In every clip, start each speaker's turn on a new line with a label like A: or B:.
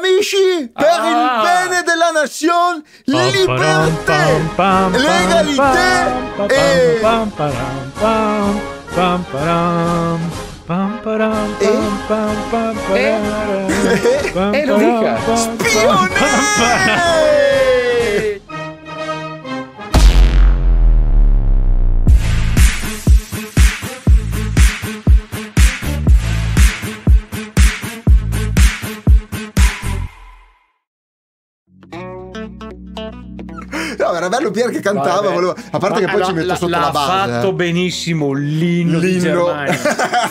A: Amici, per
B: Ah.
A: il bene della nazione, liberté, l'égalité
C: l'égalité
A: et-
B: E lo dica.
A: pionnieri! No, era bello Pier che cantava,
B: Vabbè.
A: voleva- a parte che
B: Ma
A: poi ci
B: allora,
A: metto
B: la-
A: sotto
B: l'ha
A: la base.
B: fatto
A: eh.
B: benissimo l'inno, di
A: L'inno.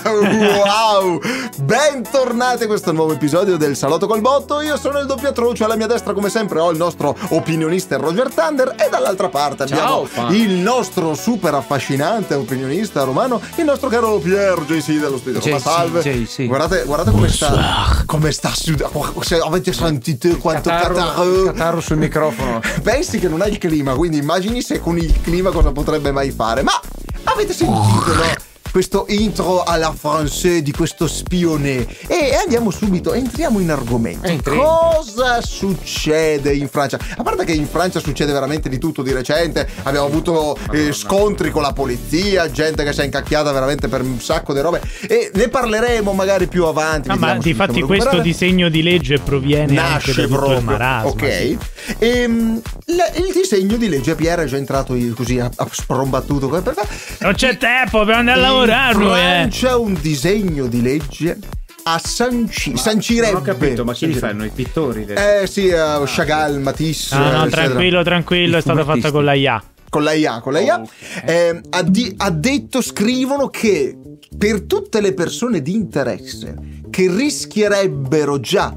B: Germania.
A: wow! Bentornati a questo nuovo episodio del Salotto col Botto. Io sono il doppio atroce. Alla mia destra, come sempre, ho il nostro opinionista Roger Thunder. E dall'altra parte
B: Ciao,
A: abbiamo
B: fan.
A: il nostro super affascinante opinionista romano, il nostro caro Pier JC dello Studio Roma.
B: JC,
A: Salve.
B: JC.
A: Guardate, guardate come sta. Come sta sud- se Avete sentito quanto
B: Catarro,
A: catarro?
B: catarro sul microfono.
A: Pensi che non hai il clima, quindi immagini se con il clima cosa potrebbe mai fare. Ma avete sentito, no? Questo intro alla française di questo spione. E andiamo subito, entriamo in argomento.
B: Entri.
A: Cosa succede in Francia? A parte che in Francia succede veramente di tutto di recente. Abbiamo avuto eh, scontri con la polizia, gente che si è incacchiata veramente per un sacco di robe. E ne parleremo magari più avanti.
C: Ah, ma
A: vediamo se
C: difatti
A: possiamo
C: questo
A: recuperare
C: disegno di legge proviene
A: nasce
C: anche da tutto
A: proprio
C: il marasma.
A: ok
C: sì.
A: Ehm, la- il disegno di legge PR è già entrato io così a, a sprombattuto come per fare.
C: Non c'è tempo, dobbiamo andare a lavorare
A: in
C: noi, eh.
A: Francia un disegno di legge a sanci- sancirebbe
B: Non ho capito, ma chi Ah. li
A: sancirebbe-
B: fanno? I pittori? del-
A: eh sì, eh, Chagall, Matisse,
C: Ah, No, no,
A: eccetera.
C: tranquillo, tranquillo, è stata fatta con la IA.
A: con la IA, con la IA.
B: Oh, Ok.
A: Ehm, ha, di- ha detto, scrivono che per tutte le persone di interesse che rischierebbero già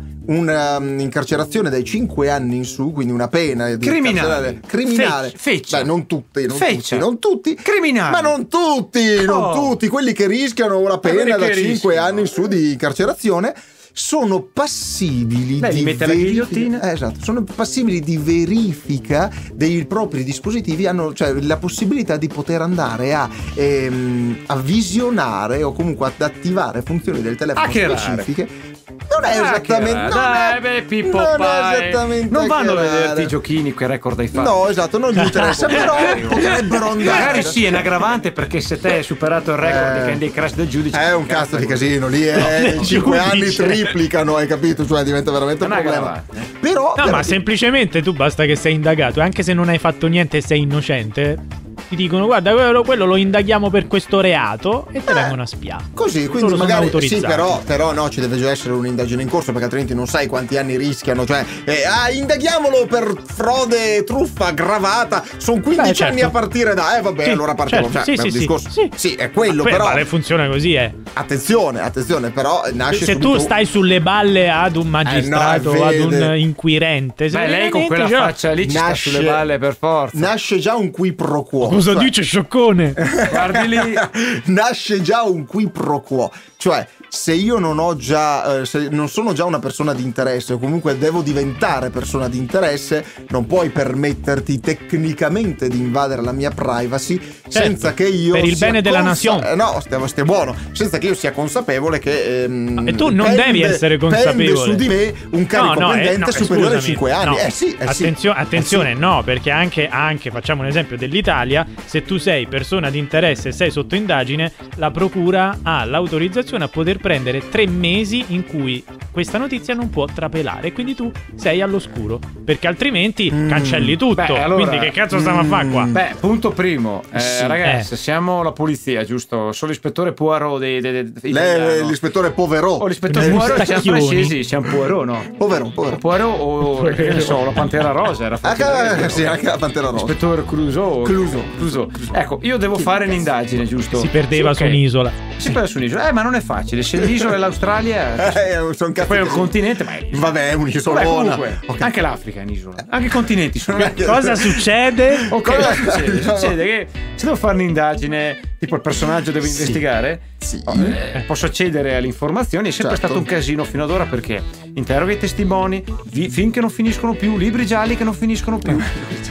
A: un'incarcerazione dai 5 anni in su, quindi una pena di
B: Criminale.
A: incarcerare- criminale.
B: Fec- feccia.
A: Beh, non tutti, non
B: Feccia.
A: tutti, non tutti.
B: Criminali.
A: Ma non tutti, non
B: Oh.
A: tutti, quelli che rischiano una
B: quelli
A: pena
B: che
A: da 5
B: rischiano.
A: anni in su di incarcerazione sono passibili
B: Beh,
A: di
B: li mette alla
A: verifi-
B: ghigliottina.
A: eh, esatto, sono passibili di verifica dei propri dispositivi, hanno cioè, la possibilità di poter andare a, ehm, a visionare o comunque ad attivare funzioni del telefono
B: Hackerare.
A: specifiche. Non è
B: Ah, che
A: esattamente.
B: era-
A: Non
B: Dai,
A: è,
B: beh, Pippo
A: non è
B: Pai.
A: esattamente
B: Non vanno a
A: hackerare.
B: vederti i giochini che record hai fatto.
A: No, esatto, non gli interessa, però potrebbero andare.
B: Magari sì, è un aggravante perché se te hai superato il record
A: Eh.
B: di Candy Crush del giudice.
A: È un cazzo di casino lì, eh, in 5 anni
C: giudice.
A: triplicano, hai capito? Cioè diventa veramente un
B: Non è
A: problema.
B: aggravante.
A: Però
C: No, ma
A: veramente-
C: semplicemente tu basta che sei indagato, e anche se non hai fatto niente e sei innocente, ti dicono guarda quello, quello lo indaghiamo per questo reato e te
A: Eh,
C: vengono a spiare.
A: Così, quindi
C: Loro sono
A: magari sì,
C: autorizzati.
A: però, però no, ci deve già essere un'indagine in corso perché altrimenti non sai quanti anni rischiano. Cioè, eh, ah, indaghiamolo per frode e truffa aggravata. Sono 15
C: Beh, certo.
A: anni a partire da. Eh, vabbè,
C: Sì,
A: allora partiamo. cioè,
C: certo, sì,
A: è un
C: sì, sì,
A: discorso.
C: sì.
A: è quello,
C: Beh,
A: però.
C: ma funziona così, eh.
A: Attenzione, attenzione, però eh, nasce
C: se
A: subito
C: tu stai sulle balle ad un magistrato,
A: no, Eh, è
C: ad un
A: vero.
C: inquirente, se
B: Beh, lei
C: veramente,
B: con quella
C: cioè,
B: faccia lì ci
A: nasce-
B: sta sulle balle per forza.
A: Nasce già un qui pro quo.
C: Cosa
A: Cioè,
C: dice scioccone?
B: Guardi lì.
A: nasce già un qui pro quo. Cioè, se io non ho già, eh, se non sono già una persona di interesse, o comunque devo diventare persona di interesse, non puoi permetterti tecnicamente di invadere la mia privacy senza che io.
C: Certo, per il
A: sia
C: bene della
A: consa-
C: nazione.
A: eh, No, stiamo stai buono. Senza che io sia consapevole che. ehm,
C: Ah, E tu non
A: pende-
C: devi essere consapevole.
A: Pende su di me un carico
C: eh,
A: pendente
C: eh,
A: superiore ai
C: scusami,
A: 5 anni.
C: no.
A: Eh sì, eh sì.
C: Attenzio- attenzione,
A: Eh sì.
C: no, perché anche, anche, facciamo un esempio dell'Italia, se tu sei persona di interesse e sei sotto indagine, la procura ha l'autorizzazione a poter prendere tre mesi in cui questa notizia non può trapelare, quindi tu sei all'oscuro, perché altrimenti
A: Mm.
C: cancelli tutto.
B: Beh, allora-
C: quindi che cazzo stiamo a fare qua?
A: Mm.
B: Beh, punto primo, eh,
A: Sì.
B: ragazzi,
C: Eh.
B: siamo la polizia, giusto? Sono l'ispettore Poirot dei, dei, dei-
A: Lei è
B: italiano. Oh,
A: l'ispettore povero.
B: O l'ispettore
C: Eh,
B: Poirot, siamo
C: stacchioni.
B: francesi, siamo Poirot, no?
A: povero,
B: O
A: povero.
B: Poirot o eh, che ne so, la Pantera Rosa era
A: Ah,
B: facile.
A: ca- sì, anche la pantera rossa.
B: Ispettore Clouseau.
A: Clouseau.
B: Clouseau. Ecco, io devo fare un'indagine, giusto?
C: Si perdeva
B: Sì,
C: su
B: ok.
C: un'isola.
B: Si perde su un'isola. Eh, ma non è facile. Se l'isola è l'Australia,
A: Eh, sono cazzo.
B: poi è un
A: che-
B: continente, ma è...
A: Vabbè, è un'isola
B: Vabbè,
A: buona.
B: comunque,
A: Ok.
B: anche l'Africa è un'isola. Anche i continenti sono
C: Cosa succede?
B: Ok,
A: Cosa-
B: cosa succede?
A: no.
B: Succede che se devo fare un'indagine, tipo il personaggio deve
A: Sì.
B: investigare,
A: Sì.
B: oh, eh, posso accedere alle informazioni. È sempre
A: Certo.
B: stato un casino fino ad ora perché interroga i testimoni, vi- film che non finiscono più, libri gialli che non finiscono più.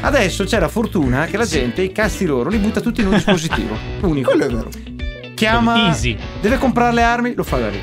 B: Adesso c'è la fortuna che la gente, i cazzi loro, li butta tutti in un dispositivo unico.
A: Quello è vero.
B: Chiama,
C: Easy.
B: deve comprare le armi, lo fa da lì.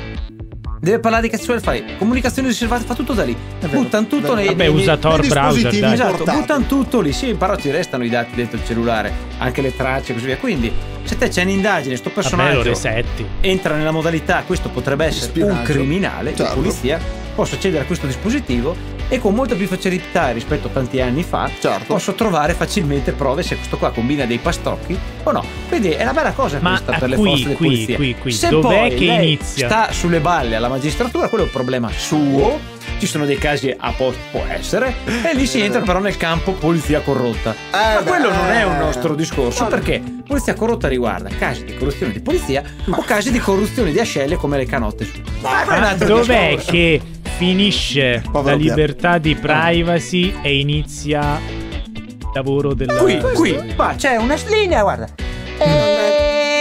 B: deve parlare di cazzo e fai comunicazione riservata, fa tutto da lì.
A: vero,
B: Buttano
A: vero.
B: tutto nei.
C: Vabbè,
B: nei-
C: usa Tor
A: nei
C: browser,
A: dispositivi
C: dai.
B: Esatto,
A: portatili.
B: buttano tutto lì, sì, però ci restano i dati dentro il cellulare, anche le tracce e così via. Quindi, se te c'è un'indagine, sto
C: Vabbè, lo
B: personaggio
C: resetti.
B: entra nella modalità, questo potrebbe essere un
A: Spionaggio.
B: criminale di
A: Certo.
B: polizia, posso accedere a questo dispositivo e con molta più facilità rispetto a tanti anni fa
A: Certo.
B: posso trovare facilmente prove se questo qua combina dei pastocchi o no. Quindi è una bella cosa
C: Ma ah,
B: questa per le
C: qui,
B: forze di
C: qui,
B: polizia.
C: qui, qui,
B: Se
C: dov'è
B: poi
C: che
B: lei
C: inizia?
B: sta sulle balle alla magistratura, quello è un problema suo. Ci sono dei casi a posto, può essere, e lì si entra però nel campo polizia corrotta. Ma
A: beh,
B: quello non è un
A: eh.
B: nostro discorso,
A: Ah,
B: perché polizia corrotta riguarda casi di corruzione di polizia o casi di corruzione di ascelle come le canotte. Ma quello è un
C: Ma
B: altro
C: Ah, dov'è
B: discorso.
C: che finisce la
A: Povero Pier.
C: libertà
B: Eh.
C: di privacy e inizia il lavoro del
B: Qui, qui, qua c'è una linea, guarda.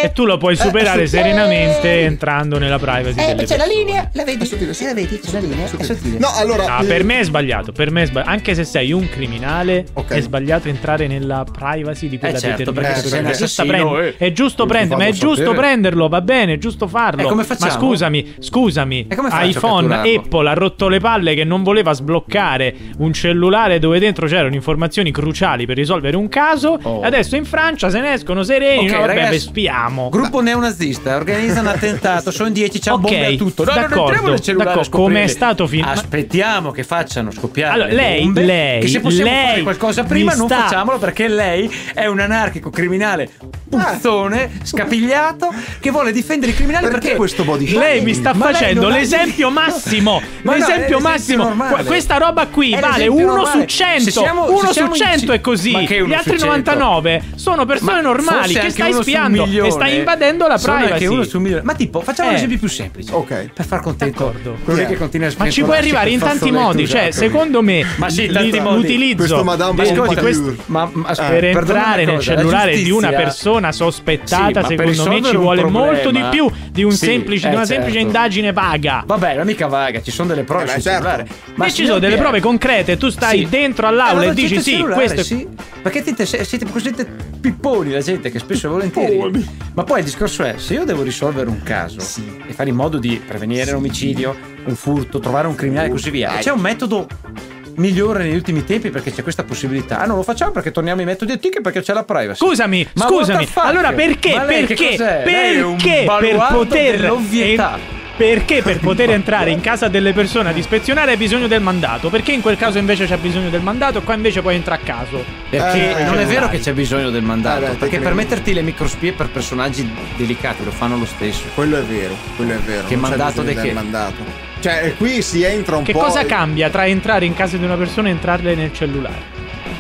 C: E tu lo puoi superare
B: Eh, sì.
C: serenamente
B: Eh.
C: entrando nella privacy
B: Eh,
C: delle
B: c'è la
C: persone.
B: linea, la vedi?
A: È sottile, sì.
B: La vedi? C'è la linea, è sottile.
A: No, allora.
B: Ah,
C: No,
A: eh,
C: Ah, per me è sbagliato, per me è sbagli- anche se sei un criminale
A: Ok.
C: è sbagliato entrare nella privacy di quella
B: Eh, certo,
C: determinata
A: perché se sei un
C: persona.
B: assassino,
C: Sta prend-
B: eh,
C: è giusto
B: devi
C: prenderlo, ma è
B: farlo
C: giusto
B: sapere.
C: prenderlo, va bene, è giusto farlo.
B: E come
C: ma
B: facciamo?
C: scusami, scusami,
B: E come faccio a
C: iPhone,
B: catturarlo?
C: Apple ha rotto le palle che non voleva sbloccare un cellulare dove dentro c'erano informazioni cruciali per risolvere un caso.
B: Oh.
C: Adesso in Francia se ne escono sereni,
B: Ok,
C: no, vabbè,
B: ragazzi,
C: beh, spiamo.
B: Gruppo neonazista organizza un attentato, sono 10, ciao
C: Ok,
B: bombe a tutto. No, no, non
C: d'accordo,
B: entriamo nel cellulare a
C: d'accordo, come
B: scoprirle.
C: è stato fin-
B: Aspettiamo che facciano scoppiare
C: Allora,
B: le
C: lei-
B: bombe,
C: lei-
B: che se possiamo
C: lei
B: fare qualcosa
C: mi
B: prima non
C: sta-
B: facciamolo perché lei è un anarchico criminale puzzone,
C: Ah.
B: scapigliato che vuole difendere i criminali
A: Perché
B: perché,
A: questo body shaming?
C: Lei mi sta
B: Ma lei
C: facendo
B: non ha-
C: l'esempio massimo.
B: Ma no,
C: l'esempio
B: è l'esempio
C: massimo.
B: normale.
C: Qua- Questa roba qui
B: È
C: vale
B: l'esempio
C: 1 su
B: normale.
C: 100.
B: Se siamo-
C: 1
B: se
C: su
B: siamo in 100 ci-
C: è così.
B: Ma che
C: Gli
B: uno
C: altri
B: su
C: 99 sono persone
B: Ma
C: normali
B: forse
C: che
B: anche
C: stai
B: uno su un
C: spiando e
B: milione.
C: stai invadendo la
B: Sono anche uno
C: privacy.
B: su un milione. Ma tipo, facciamo
C: Eh.
B: un esempio più semplice.
A: Ok.
B: Per far contento
C: D'accordo.
B: quello
A: Yeah.
B: che continua a
C: Ma ci puoi
B: spentolarsi
C: arrivare in
B: col
C: tanti
B: fazzoletto
C: modi, cioè,
B: usato.
C: secondo me
B: Ma sì,
C: l-
B: tanti
C: l-
B: modi.
C: l'utilizzo
A: Questo Madame
C: del-
A: Pompadour.
C: di questo-
B: Ma, ma ascolta,
C: per
B: perdona Eh, Ah, una
C: entrare nel
B: cosa, la
C: cellulare di una
B: giustizia-
C: persona sospettata,
B: Sì, ma per
C: secondo me, ci
B: risolvere un
C: vuole molto di
B: problema-
C: più di, un
B: Sì,
C: semplice,
B: eh,
C: di una semplice
B: certo.
C: indagine vaga.
B: Vabbè, la mica vaga, ci sono delle prove
A: Eh beh,
B: sul
A: certo.
B: cellulare.
C: Ma ci
B: signor
C: sono delle
B: Pier-
C: prove concrete, tu stai
B: Sì. Eh,
C: dentro all'aula
B: Allora,
C: e dici
B: accetta il
C: sì,
B: cellulare,
C: questo è
B: sì. Perché siete, se- siete così pipponi la gente che spesso e volentieri.
A: Pipponi.
B: Ma poi il discorso è: se io devo risolvere un caso
A: Sì.
B: e fare in modo di prevenire un omicidio, un furto, trovare un criminale e così via,
A: Dai.
B: c'è un metodo migliore negli ultimi tempi perché c'è questa possibilità. Ah, non lo facciamo perché torniamo ai metodi antichi perché c'è la privacy.
C: Scusami,
B: Ma
C: scusami.
B: what the fuck?
C: Allora perché,
B: Ma lei che
C: perché,
B: cos'è? Lei è un
C: perché per
B: baluardo
C: poter
B: dell'ovvietà.
C: en- perché per poter entrare in casa delle persone ad ispezionare hai bisogno del mandato? Perché in quel caso invece c'è bisogno del mandato e qua invece puoi entrare a caso?
B: Perché
A: Eh,
B: non è
A: cellulari.
B: vero che c'è bisogno del mandato,
A: Eh, beh,
B: perché per
A: tecnicamente.
B: metterti le microspie per personaggi delicati lo fanno lo stesso.
A: Quello è vero, quello è vero.
B: Che
A: non c'è
B: mandato
A: bisogno
B: de
A: del
B: che?
A: mandato. Cioè, qui si entra un
C: Che
A: po'.
C: cosa cambia tra entrare in casa di una persona e entrarle nel cellulare?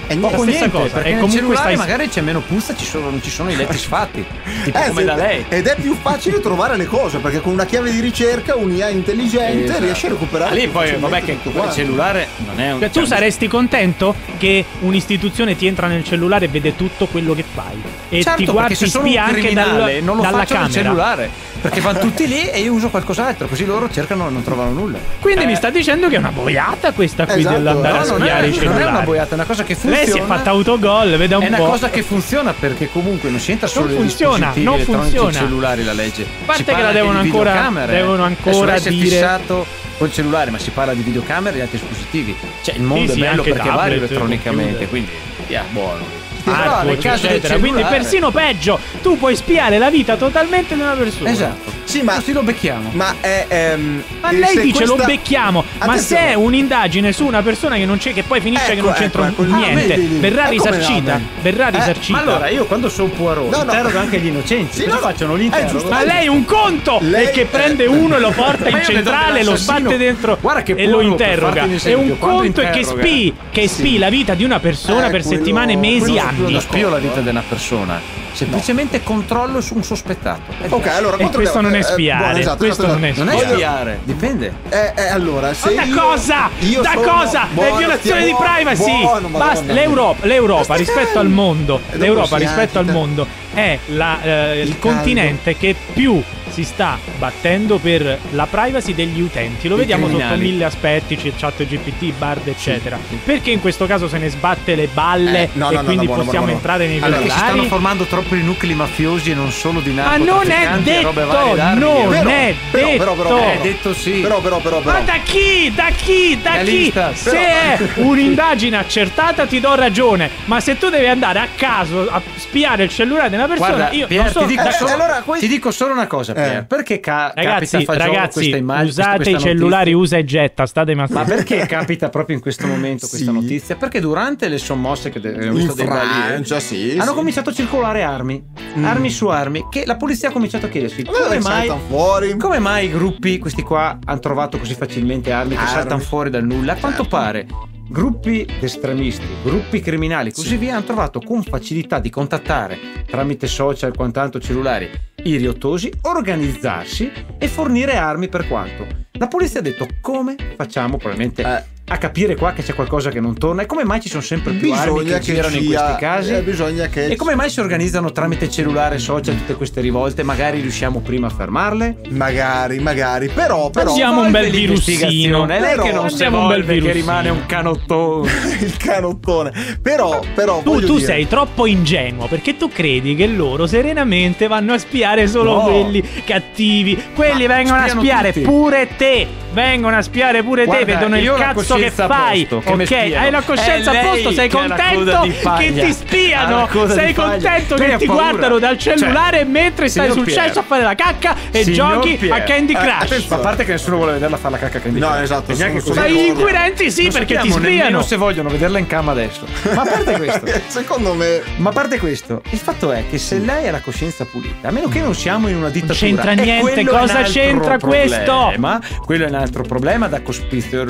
A: Eh,
C: Poco
A: niente.
C: stessa cosa,
B: perché
C: e
B: nel
C: comunque
B: cellulare
C: stai-
B: magari c'è meno puzza, ci sono, non ci sono i letti sfatti. tipo
A: Eh,
B: come
A: se-
B: da lei.
A: Ed è più facile trovare le cose perché con una chiave di ricerca, un'IA intelligente,
B: Esatto.
A: riesce a recuperare.
B: Ah, Lì poi,
A: facilmente
B: vabbè, che
A: tutto
B: il
A: quanto.
B: cellulare non è un.
C: Cioè, tu
B: cioè,
C: saresti contento che un'istituzione ti entra nel cellulare e vede tutto quello che fai e
B: Certo,
C: ti
B: perché
C: guardi
B: se sono un
C: spia anche dal-
B: criminale, non lo
C: dalla
B: faccio nel
C: camera.
B: cellulare. Perché vanno tutti lì e io uso qualcos'altro, così loro cercano e non trovano nulla.
C: Quindi
B: Eh,
C: mi sta dicendo che è una boiata questa qui
A: Esatto,
C: dell'andare
A: no,
C: a
B: No, non è,
C: spiare i
B: non è
C: cellulari.
B: una boiata, è una cosa che funziona.
C: Lei si è fatta autogol, veda un
B: È una
C: po'.
B: cosa che funziona perché comunque non si entra solo nei
C: funziona,
B: dispositivi
C: non
B: elettronici e
C: funziona.
B: cellulari la legge.
C: A parte
B: Si
C: che
B: parla
C: la
B: anche
C: devono
B: di
C: ancora-
B: videocamere.
C: devono
B: Adesso
C: ancora
B: lei si è
C: dire-
B: fissato col cellulare, ma si parla di videocamere e di altri dispositivi. Cioè il mondo
C: sì,
B: è bello
C: anche
B: perché
C: tablet,
B: varia elettronicamente,
C: computer.
B: quindi yeah, buono. Però nel
C: Smartwatch,
B: caso del
C: eccetera. Quindi
B: cellulare-
C: persino peggio, tu puoi spiare la vita totalmente di una persona.
B: Esatto.
A: Sì, ma.
B: Così lo becchiamo.
A: Ma è. ehm,
C: Ma
A: eh,
C: lei
A: se
C: dice lo
A: questa-
C: becchiamo, ma se
A: Attenzione.
C: è un'indagine su una persona che non c'è, che poi finisce che
A: Ecco,
C: non c'entra
A: ecco,
C: un-
A: ecco. Ah,
C: niente,
A: vedi, vedi.
C: verrà
A: Eh, come no,
C: risarcita.
A: beh.
C: Verrà
B: Eh,
C: risarcita.
B: ma allora io quando sono Poirot
A: No, no.
B: interrogo anche gli innocenti,
A: Sì,
B: cosa
A: no, no.
B: faccio? Non li
A: Eh,
B: interrogo.
A: giusto.
C: Ma lei è un conto!
A: Lei-
C: e che prende uno e lo porta
B: Ma
C: in
B: io vedo
C: centrale, lo
B: dell'assassino-
C: batte dentro
B: Guarda che
C: e lo
B: Poirot, per
C: interroga.
B: farti un
C: È un
B: esempio, quando
C: conto è che
B: interroga-
C: spi, che
B: Sì.
C: spi la vita di una persona
A: Eh,
C: per
A: quello-
C: settimane, mesi,
A: quello
B: Io
C: anni.
B: non
A: d'accordo,
B: spio la vita
A: eh.
B: di una persona, semplicemente controllo su un sospettato. È
A: Ok,
B: diverso.
A: allora.
C: E
A: controlliamo.
C: questo non è
A: Eh,
C: spiare,
A: buono, esatto,
C: questo
A: esatto,
C: non è
A: esatto.
B: Non è
A: Voglio-
B: spiare, dipende.
A: Eh, eh, allora, se
C: Ma da
A: io-
C: cosa?
A: io
C: da
A: sono-
C: cosa?
A: buono,
C: è violazione di
A: buono,
C: privacy.
A: buono,
C: Basta,
A: Madonna.
C: l'Europa, l'Europa
A: Basta
C: rispetto
A: calmo.
C: al mondo,
A: E dopo
C: l'Europa
A: si
C: rispetto al
A: agita.
C: mondo è la, eh,
A: caldo.
C: il continente che più si sta battendo per la privacy degli utenti. Lo
B: Dei
C: vediamo sotto
B: criminali.
C: mille aspetti, c'è chat GPT, Bard, eccetera. Perché in questo caso se ne sbatte le balle
A: Eh, no,
C: e
A: no, no,
C: quindi
A: no, buono,
C: possiamo
A: buono, buono.
C: entrare nei
B: Allora,
A: Allora,
B: perché si
C: villari?
B: stanno formando troppi nuclei mafiosi e non solo di
C: Ma non è
B: narcotrafficanti e
C: detto,
B: robe varie d'armi.
C: non
A: Però,
C: è
A: però,
C: detto.
A: però, però,
B: Eh, detto sì.
A: Però, però, però,
C: Ma
A: però.
C: da chi? Da chi? Da
B: La
C: chi?
B: lista,
C: se
A: però-
C: è un'indagine accertata ti do ragione, ma se tu devi andare a caso a spiare il cellulare di una persona,
B: Guarda,
C: io
B: Pier,
C: non so
B: ti, dico
A: Eh,
B: solo,
A: allora questo-
B: ti dico solo una cosa, Pier.
A: Eh.
B: Perché ca- capita a
C: Ragazzi,
B: fagiolo
C: ragazzi,
B: questa immagine? questa-
C: usate i
B: questa
C: cellulari usa
B: notizia?
C: e getta, state ma
B: Ma perché capita proprio in questo momento questa
A: Sì.
B: notizia? Perché durante le sommosse che de- abbiamo
A: In
B: Eh, visto dei Bali,
A: Francia, sì.
B: hanno
A: sì.
B: cominciato a circolare armi,
A: Mm.
B: armi su armi, che la polizia ha cominciato a chiedersi
A: Ma dove
B: come mai,
A: saltano fuori?
B: come mai i gruppi, questi qua, hanno trovato così facilmente armi che
A: Armi.
B: saltano fuori dal nulla? A quanto
A: Certo.
B: pare gruppi estremisti, gruppi criminali e così
A: Sì.
B: via hanno trovato con facilità di contattare tramite social e quant'altro cellulari i riottosi, organizzarsi e fornire armi per quanto. La polizia ha detto come facciamo probabilmente
A: Eh.
B: a capire qua che c'è qualcosa che non torna e come mai ci sono sempre più armi che, girano in
A: sia-
B: questi casi
A: eh, bisogna che
B: e come mai si organizzano tramite cellulare, social, tutte queste rivolte? Magari riusciamo prima a fermarle?
A: magari magari però però
C: Facciamo un bel
B: Evolve
C: virussino.
B: l'investigazione, È lei che non
A: Però-
B: si
C: Facciamo un bel
B: evolve, che
C: virussino.
B: rimane un canottone.
A: il canottone però però
C: tu,
A: voglio
C: tu
A: dire-
C: sei troppo ingenuo perché tu credi che loro serenamente vanno a spiare solo
B: No.
C: quelli cattivi. Quelli
B: Ma
C: vengono a
B: spiano
C: spiare
B: tutti.
C: pure te. Vengono a spiare pure
B: Guarda,
C: te. Vedono
B: io
C: il
B: ho la
C: cazzo che
B: coscienza a
C: fai.
B: posto, che mi
C: ok,
B: spiano.
C: hai la coscienza
B: È
C: a posto.
B: lei
C: Sei
B: che ha la coda
C: contento
B: di
C: che
B: paglia.
C: ti
B: Ha la
C: spiano.
B: coda
C: Sei
B: di paglia.
C: contento
B: Lei
C: che
B: ha
C: ti
B: paura.
C: guardano dal
B: Cioè,
C: cellulare mentre stai
B: signor
C: sul
B: Pier.
C: cesso a fare la cacca e
B: Signor Ah,
C: giochi
B: Pier.
C: a Candy
A: Eh,
C: Crush.
A: attenzione.
B: Ma a parte che nessuno vuole vederla fare la cacca che
A: No, esatto,
B: E neanche
A: sono-
B: così.
A: sono-
C: Ma gli
A: d'accordo.
C: inquirenti sì,
B: Non
C: perché ti
B: sappiamo nemmeno
C: spiano.
B: se vogliono vederla in cama adesso. Ma a parte questo.
A: secondo me
B: Ma a parte questo, il fatto è che se lei ha la coscienza pulita, a meno che non siamo in una dittatura,
C: c'entra
B: e
C: niente,
B: quello è un
C: cosa
B: altro
C: c'entra
B: problema, Quello è un altro problema da cospizio-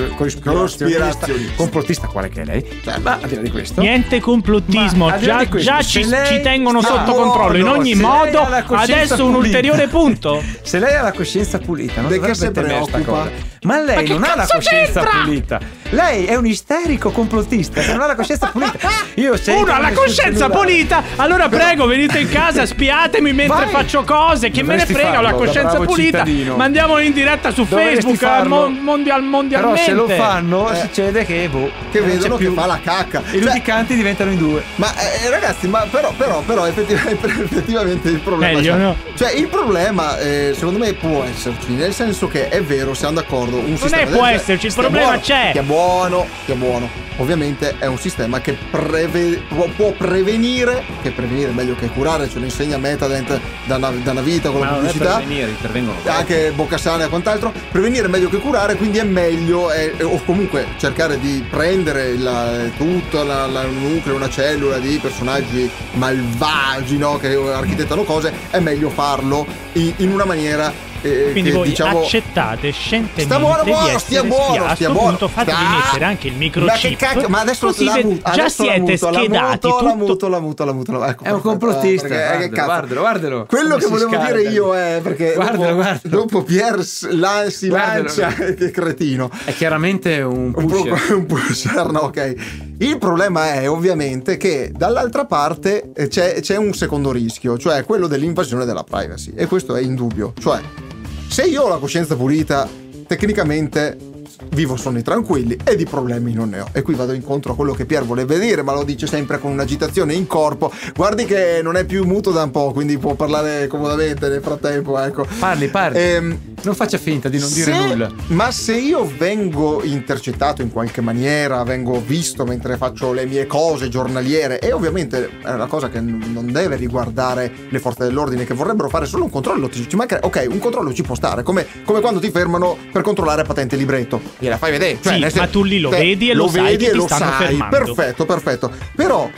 B: cospirazionista,
A: Cospirazionista.
B: complottista, quale che è lei. cioè,
A: Certo.
B: Ma al di là di questo,
C: Niente complottismo,
B: Ma, al di là
C: già,
B: di questo,
C: già
B: se
C: ci,
B: lei
C: ci tengono
B: sta
C: sotto
A: buono,
C: controllo. In ogni
A: se lei
C: modo,
B: ha la coscienza
C: adesso un
B: pulita.
C: ulteriore punto.
B: se lei ha la coscienza pulita, non
A: Di che
B: dovrebbe
A: se
B: temere sta
A: preoccupa?
B: cosa. Ma
C: Ma
B: lei
C: che
B: non ha la
C: cazzo
B: coscienza
C: c'entra?
B: pulita. Lei è un isterico complottista che non ha la coscienza pulita. Io se
C: Uno ha la
B: entro sul
C: coscienza
B: cellulare-
C: pulita, allora prego, venite in casa, spiatemi mentre
B: Vai.
C: faccio cose. Che me ne
B: Dovresti
C: frega, ho la
B: farlo, da
C: coscienza
B: bravo
C: pulita.
B: cittadino.
C: Mandiamolo in diretta su
B: Dovresti
C: Facebook eh,
B: farlo.
C: mon- mondial-
B: Però
C: mondialmente.
B: se lo fanno,
A: Eh.
B: succede che boh,
A: che
B: non c'è
A: vedono che
B: più.
A: fa la cacca
B: E i
A: Cioè,
B: ludicanti diventano in due.
A: Ma eh, ragazzi, ma però, però, però effettivamente, effettivamente il problema.
C: Meglio,
A: c'è.
C: no?
A: Cioè, il problema, eh, secondo me, può esserci. Nel senso che è vero, siamo d'accordo. Un sistema
C: è
A: del
C: può
A: genere-
C: esserci, il
A: sia
C: problema
A: buono,
C: c'è.
A: Che è buono, che è buono. Ovviamente è un sistema che preve- può, può prevenire, che prevenire è meglio che curare, ce lo insegna Metadent da una, da una vita con la pubblicità
B: intervengono.
A: anche Boccassane e quant'altro, prevenire è meglio che curare, quindi è meglio, eh, o comunque cercare di prendere la, tutta la, la- un nucleo, una cellula di personaggi malvagi no, che architettano cose, è meglio farlo in, in una maniera eh,
C: Quindi
A: che
C: voi
A: diciamo...
C: accettate scientemente
A: Sta buono,
C: di
A: buono,
C: essere
A: stia buono,
C: spiati. A
A: stia
C: sto
A: buono.
C: punto fatevi
A: Ah!
C: mettere anche il
A: Ma che
C: microchip.
A: cacchio, ma adesso
C: così
A: la
C: ve-
A: muto,
C: già
A: adesso la
C: siete
A: muto, la
C: schedati
A: muto, la
C: tutto-
A: muto, la muto, la muto, la- ecco,
B: È
A: perfetto,
B: un complottista,
A: perché- eh, che cazzo.
B: guardalo, guardalo, guardalo.
A: Quello
B: Come
A: che
B: si
A: volevo
B: scalda.
A: dire io è perché
B: Guardalo,
A: dopo,
B: guardalo.
A: dopo Pier s- la- si
B: Guardalo.
A: lancia, che cretino.
B: È chiaramente
A: Un
B: un
A: po'
B: pusher.
A: un pusher, no, ok. Il problema è ovviamente che dall'altra parte eh, c'è, c'è un secondo rischio, cioè quello dell'invasione della privacy. E questo è indubbio. Cioè, se io ho la coscienza pulita, tecnicamente vivo sonni tranquilli e di problemi non ne ho. E qui vado incontro a quello che Pier voleva dire, ma lo dice sempre con un'agitazione in corpo. Guardi che non è più muto da un po', quindi può parlare comodamente nel frattempo, ecco.
B: Parli, parli.
A: Ehm,
B: Non faccia finta di non dire
A: se-
B: nulla.
A: Ma se io vengo intercettato in qualche maniera, vengo visto mentre faccio le mie cose giornaliere, e ovviamente è una cosa che n- non deve riguardare le forze dell'ordine che vorrebbero fare solo un controllo, ti- ci manca- ok, un controllo ci può stare, come, come quando ti fermano per controllare patente e libretto. Gliela fai vedere.
C: Sì,
A: Cioè, nel sen-
C: ma tu lì lo vedi e lo sai
A: vedi
C: che
A: e
C: ti
A: lo
C: stanno
A: sai.
C: fermando.
A: Perfetto, perfetto. Però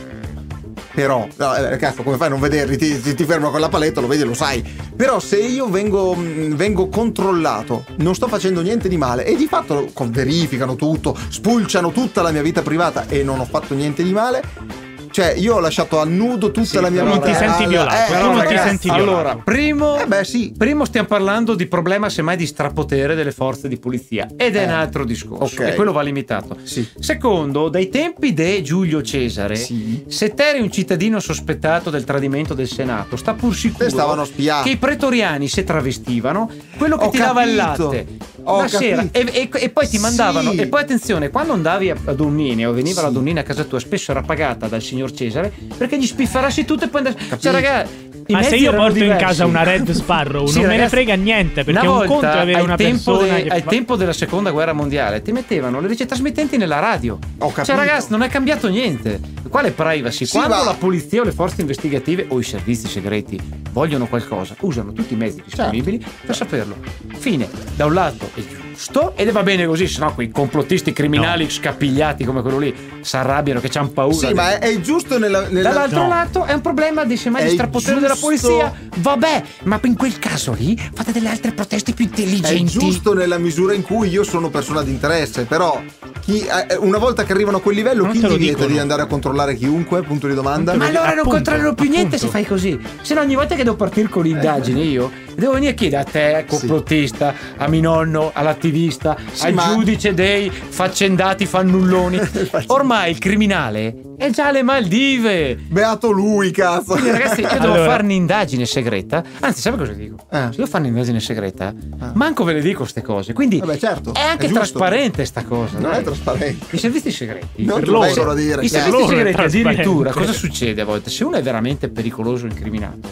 A: però, no, eh, cazzo, come fai a non vederli? Ti, ti, ti fermo con la paletta, lo vedi, lo sai. Però se io vengo, mh, vengo controllato, non sto facendo niente di male e di fatto con- verificano tutto, spulciano tutta la mia vita privata e non ho fatto niente di male, Cioè, io ho lasciato a nudo tutta
B: Sì,
A: la mia
B: però
A: vita.
B: non ti
C: senti violato,
A: eh,
C: tu non ti
A: ragazzi,
C: senti violato.
B: allora, primo,
A: Eh beh, sì.
B: primo stiamo parlando di problema semmai di strapotere delle forze di polizia ed è
A: Eh,
B: un altro discorso
A: ok.
B: e quello va limitato.
A: Sì.
B: Secondo, dai tempi di Giulio Cesare,
A: Sì.
B: se te eri un cittadino sospettato del tradimento del Senato, sta pur sicuro
A: Te stavano spiando.
B: che i pretoriani se travestivano, quello che
A: Ho
B: ti dava il
A: capito.
B: latte
A: Ho
B: la sera
A: capito.
B: e, e- e poi ti
A: Sì.
B: mandavano e poi attenzione, quando andavi a, a Donnini o veniva
A: Sì.
B: la Donnina a casa tua, spesso era pagata dal signor Cesare perché gli spiffarassi tutto e poi andavi.
A: Capito.
B: Cioè, raga, i
C: Ma se
B: mezzi
C: io
B: erano
C: porto in
B: diversi.
C: casa una Red Sparrow,
B: Sì,
C: non me ne
B: ragazzi,
C: frega niente perché
B: una
C: un
B: volta,
C: conto è avere
B: al
C: una
B: tempo
C: persona
B: de-
C: che
B: al
C: fa-
B: tempo della seconda guerra mondiale ti mettevano le ricettatrasmittenti nella radio.
A: Ho capito.
B: Cioè, ragazzi, non è cambiato niente. Quale privacy?
A: Sì,
B: Quando
A: ma-
B: la polizia o le forze investigative o i servizi segreti vogliono qualcosa, usano tutti i mezzi disponibili
A: Certo.
B: per saperlo. Fine, da un lato è giusto ed è va bene così, sennò quei complottisti criminali scapigliati come quello lì si arrabbiano che c'hanno paura.
A: Sì, ma è, è giusto nella. nella-
B: Dall'altro
C: No.
B: lato è un problema dei semmai di
A: È
B: strapotere della
A: giusto-
B: polizia. Vabbè, ma in quel caso lì fate delle altre proteste più
A: È
B: intelligenti.
A: giusto nella misura in cui io sono persona di interesse, però chi- eh, una volta che arrivano a quel livello,
C: Non
A: chi
C: te lo
A: ti vieta
C: dicono.
A: di andare a controllare chiunque? Punto di domanda.
B: Ma allora non
C: Appunto,
B: controllerò più niente se
C: appunto.
B: fai così. Se no, ogni volta che devo partire
A: Eh.
B: con le indagini io, devo venire a chiedere a te, complottista, a mio nonno, all'attivista,
A: Sì,
B: al
A: ma-
B: giudice dei faccendati fannulloni. Ormai il criminale è già alle Maldive.
A: Beato lui, cazzo.
B: Quindi, ragazzi, io devo
C: Allora.
B: fare un'indagine segreta. Anzi, sai cosa dico?
A: Eh.
B: Se devo fare un'indagine segreta,
A: Ah.
B: manco ve le dico queste cose. Quindi
A: Vabbè, certo,
B: è anche
A: è giusto.
B: trasparente sta cosa.
A: Non
B: dai.
A: è trasparente.
B: I servizi segreti.
A: Non
C: per
A: te
C: loro.
A: vengono a dire.
B: I
A: cioè.
B: servizi
C: loro è
B: segreti
C: trasparente.
B: addirittura cosa succede a volte? Se uno è veramente pericoloso o incriminato,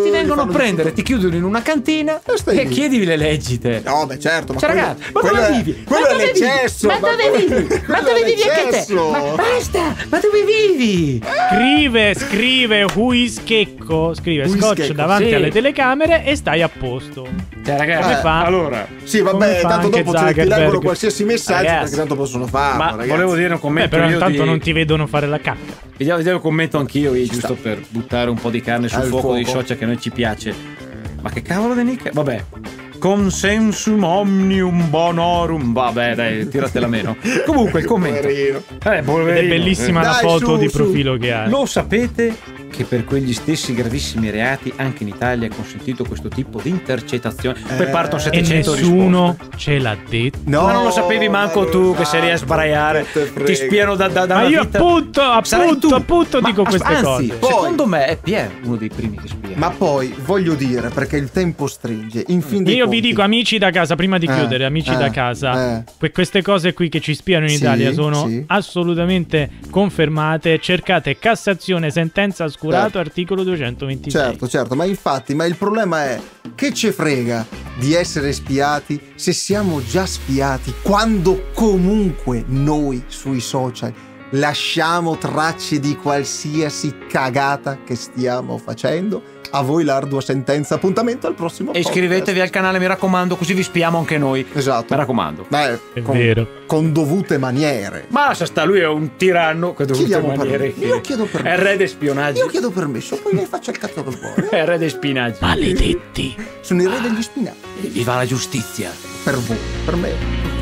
A: Eh,
B: ti vengono a
A: fanno
B: prendere, ti
A: di
B: chiudono in una cantina
A: E stai
B: e
A: lì.
B: chiedivi le legite.
A: tutto. No, beh, certo, ma
B: Cioè,
A: quello-
B: raga, ma
A: quello
B: dove
A: è-
B: vivi?
A: Quello
B: ma
A: è
B: dove vivi?
A: l'eccesso.
B: Ma dove vivi? Ma
A: quello è
B: dove vivi anche te?
A: l'eccesso.
B: Ma basta! Ma dove vivi?
C: Scrive, scrive, huischecco, scrive
A: Huischecco,
C: scotch davanti
B: sì.
C: alle telecamere e stai a posto.
B: Cioè, ragazzi,
A: Come
C: fa?
B: allora,
A: Sì,
C: Come
A: vabbè,
C: fa
A: tanto
C: anche
A: dopo ti
C: Zuckerberg?
A: tirano qualsiasi messaggio
B: Ragazzi.
A: perché tanto possono farlo.
B: ma
A: ragazzi.
B: volevo dire un
C: Beh,
B: commento.
C: Eh, però
B: io
C: intanto
B: di-
C: non ti vedono fare la cacca.
B: Vediamo, vediamo il commento anch'io, eh, giusto per buttare un po' di carne sul
A: Al
B: fuoco, di
A: fuoco.
B: social che a noi ci piace. Ma che cavolo di nicchia? Vabbè. Consensum omnium bonorum. Vabbè, dai, tiratela meno. Comunque, il commento.
A: Poverino.
B: Eh,
C: Ed è
B: poverino.
C: bellissima
A: eh.
C: la
A: Dai,
C: foto
A: su,
C: di
A: su.
C: profilo che
B: Eh.
C: hai.
B: Lo sapete che per quegli stessi gravissimi reati anche in Italia è consentito questo tipo di intercettazione? Poi
A: Eh,
B: partono
C: E
B: 700
C: nessuno
B: risposte.
C: ce l'ha detto.
A: No,
B: ma non lo sapevi manco
A: ma
B: tu
A: lo
B: che sei lì a
A: sa,
B: sbraiare.
A: che te
B: Ti
A: frega.
B: spiano da, da, da
C: Ma
B: una
C: io
B: vita.
C: appunto,
B: Sarai
C: appunto,
B: tu.
C: appunto
B: Ma
C: dico
B: as-
C: queste
B: anzi,
C: cose.
A: Poi-
B: Secondo me è Pierre uno dei primi che spia.
A: Ma poi voglio dire, perché il tempo stringe, in fin dei
C: Io vi
A: conti-
C: dico, amici da casa, prima di
A: Eh,
C: chiudere, amici
A: eh,
C: da casa,
A: eh.
C: que- queste cose qui che ci spiano in
A: Sì,
C: Italia sono
A: sì.
C: assolutamente confermate. Cercate Cassazione, sentenza scurato,
A: Certo.
C: articolo 226.
A: Certo, certo, ma infatti, ma il problema è che ci frega di essere spiati se siamo già spiati quando comunque noi sui social lasciamo tracce di qualsiasi cagata che stiamo facendo. A voi l'ardua sentenza, appuntamento al prossimo
B: E
A: podcast.
B: iscrivetevi al canale, mi raccomando, così vi spiamo anche noi.
A: Esatto.
B: Mi raccomando.
A: Beh,
C: È
A: con-
C: vero.
A: con dovute maniere.
B: Ma lascia sta, lui è un tiranno. Che dovute
A: Chiediamo
B: maniere.
A: permesso. Io chiedo
B: È il
A: permesso.
B: re del spionaggio.
A: Io chiedo permesso, poi lei faccia il cazzo che vuole.
B: È il re dei spinaggi.
C: Maledetti.
A: Sono il re degli spinati.
B: Viva la giustizia.
A: Per voi, per me.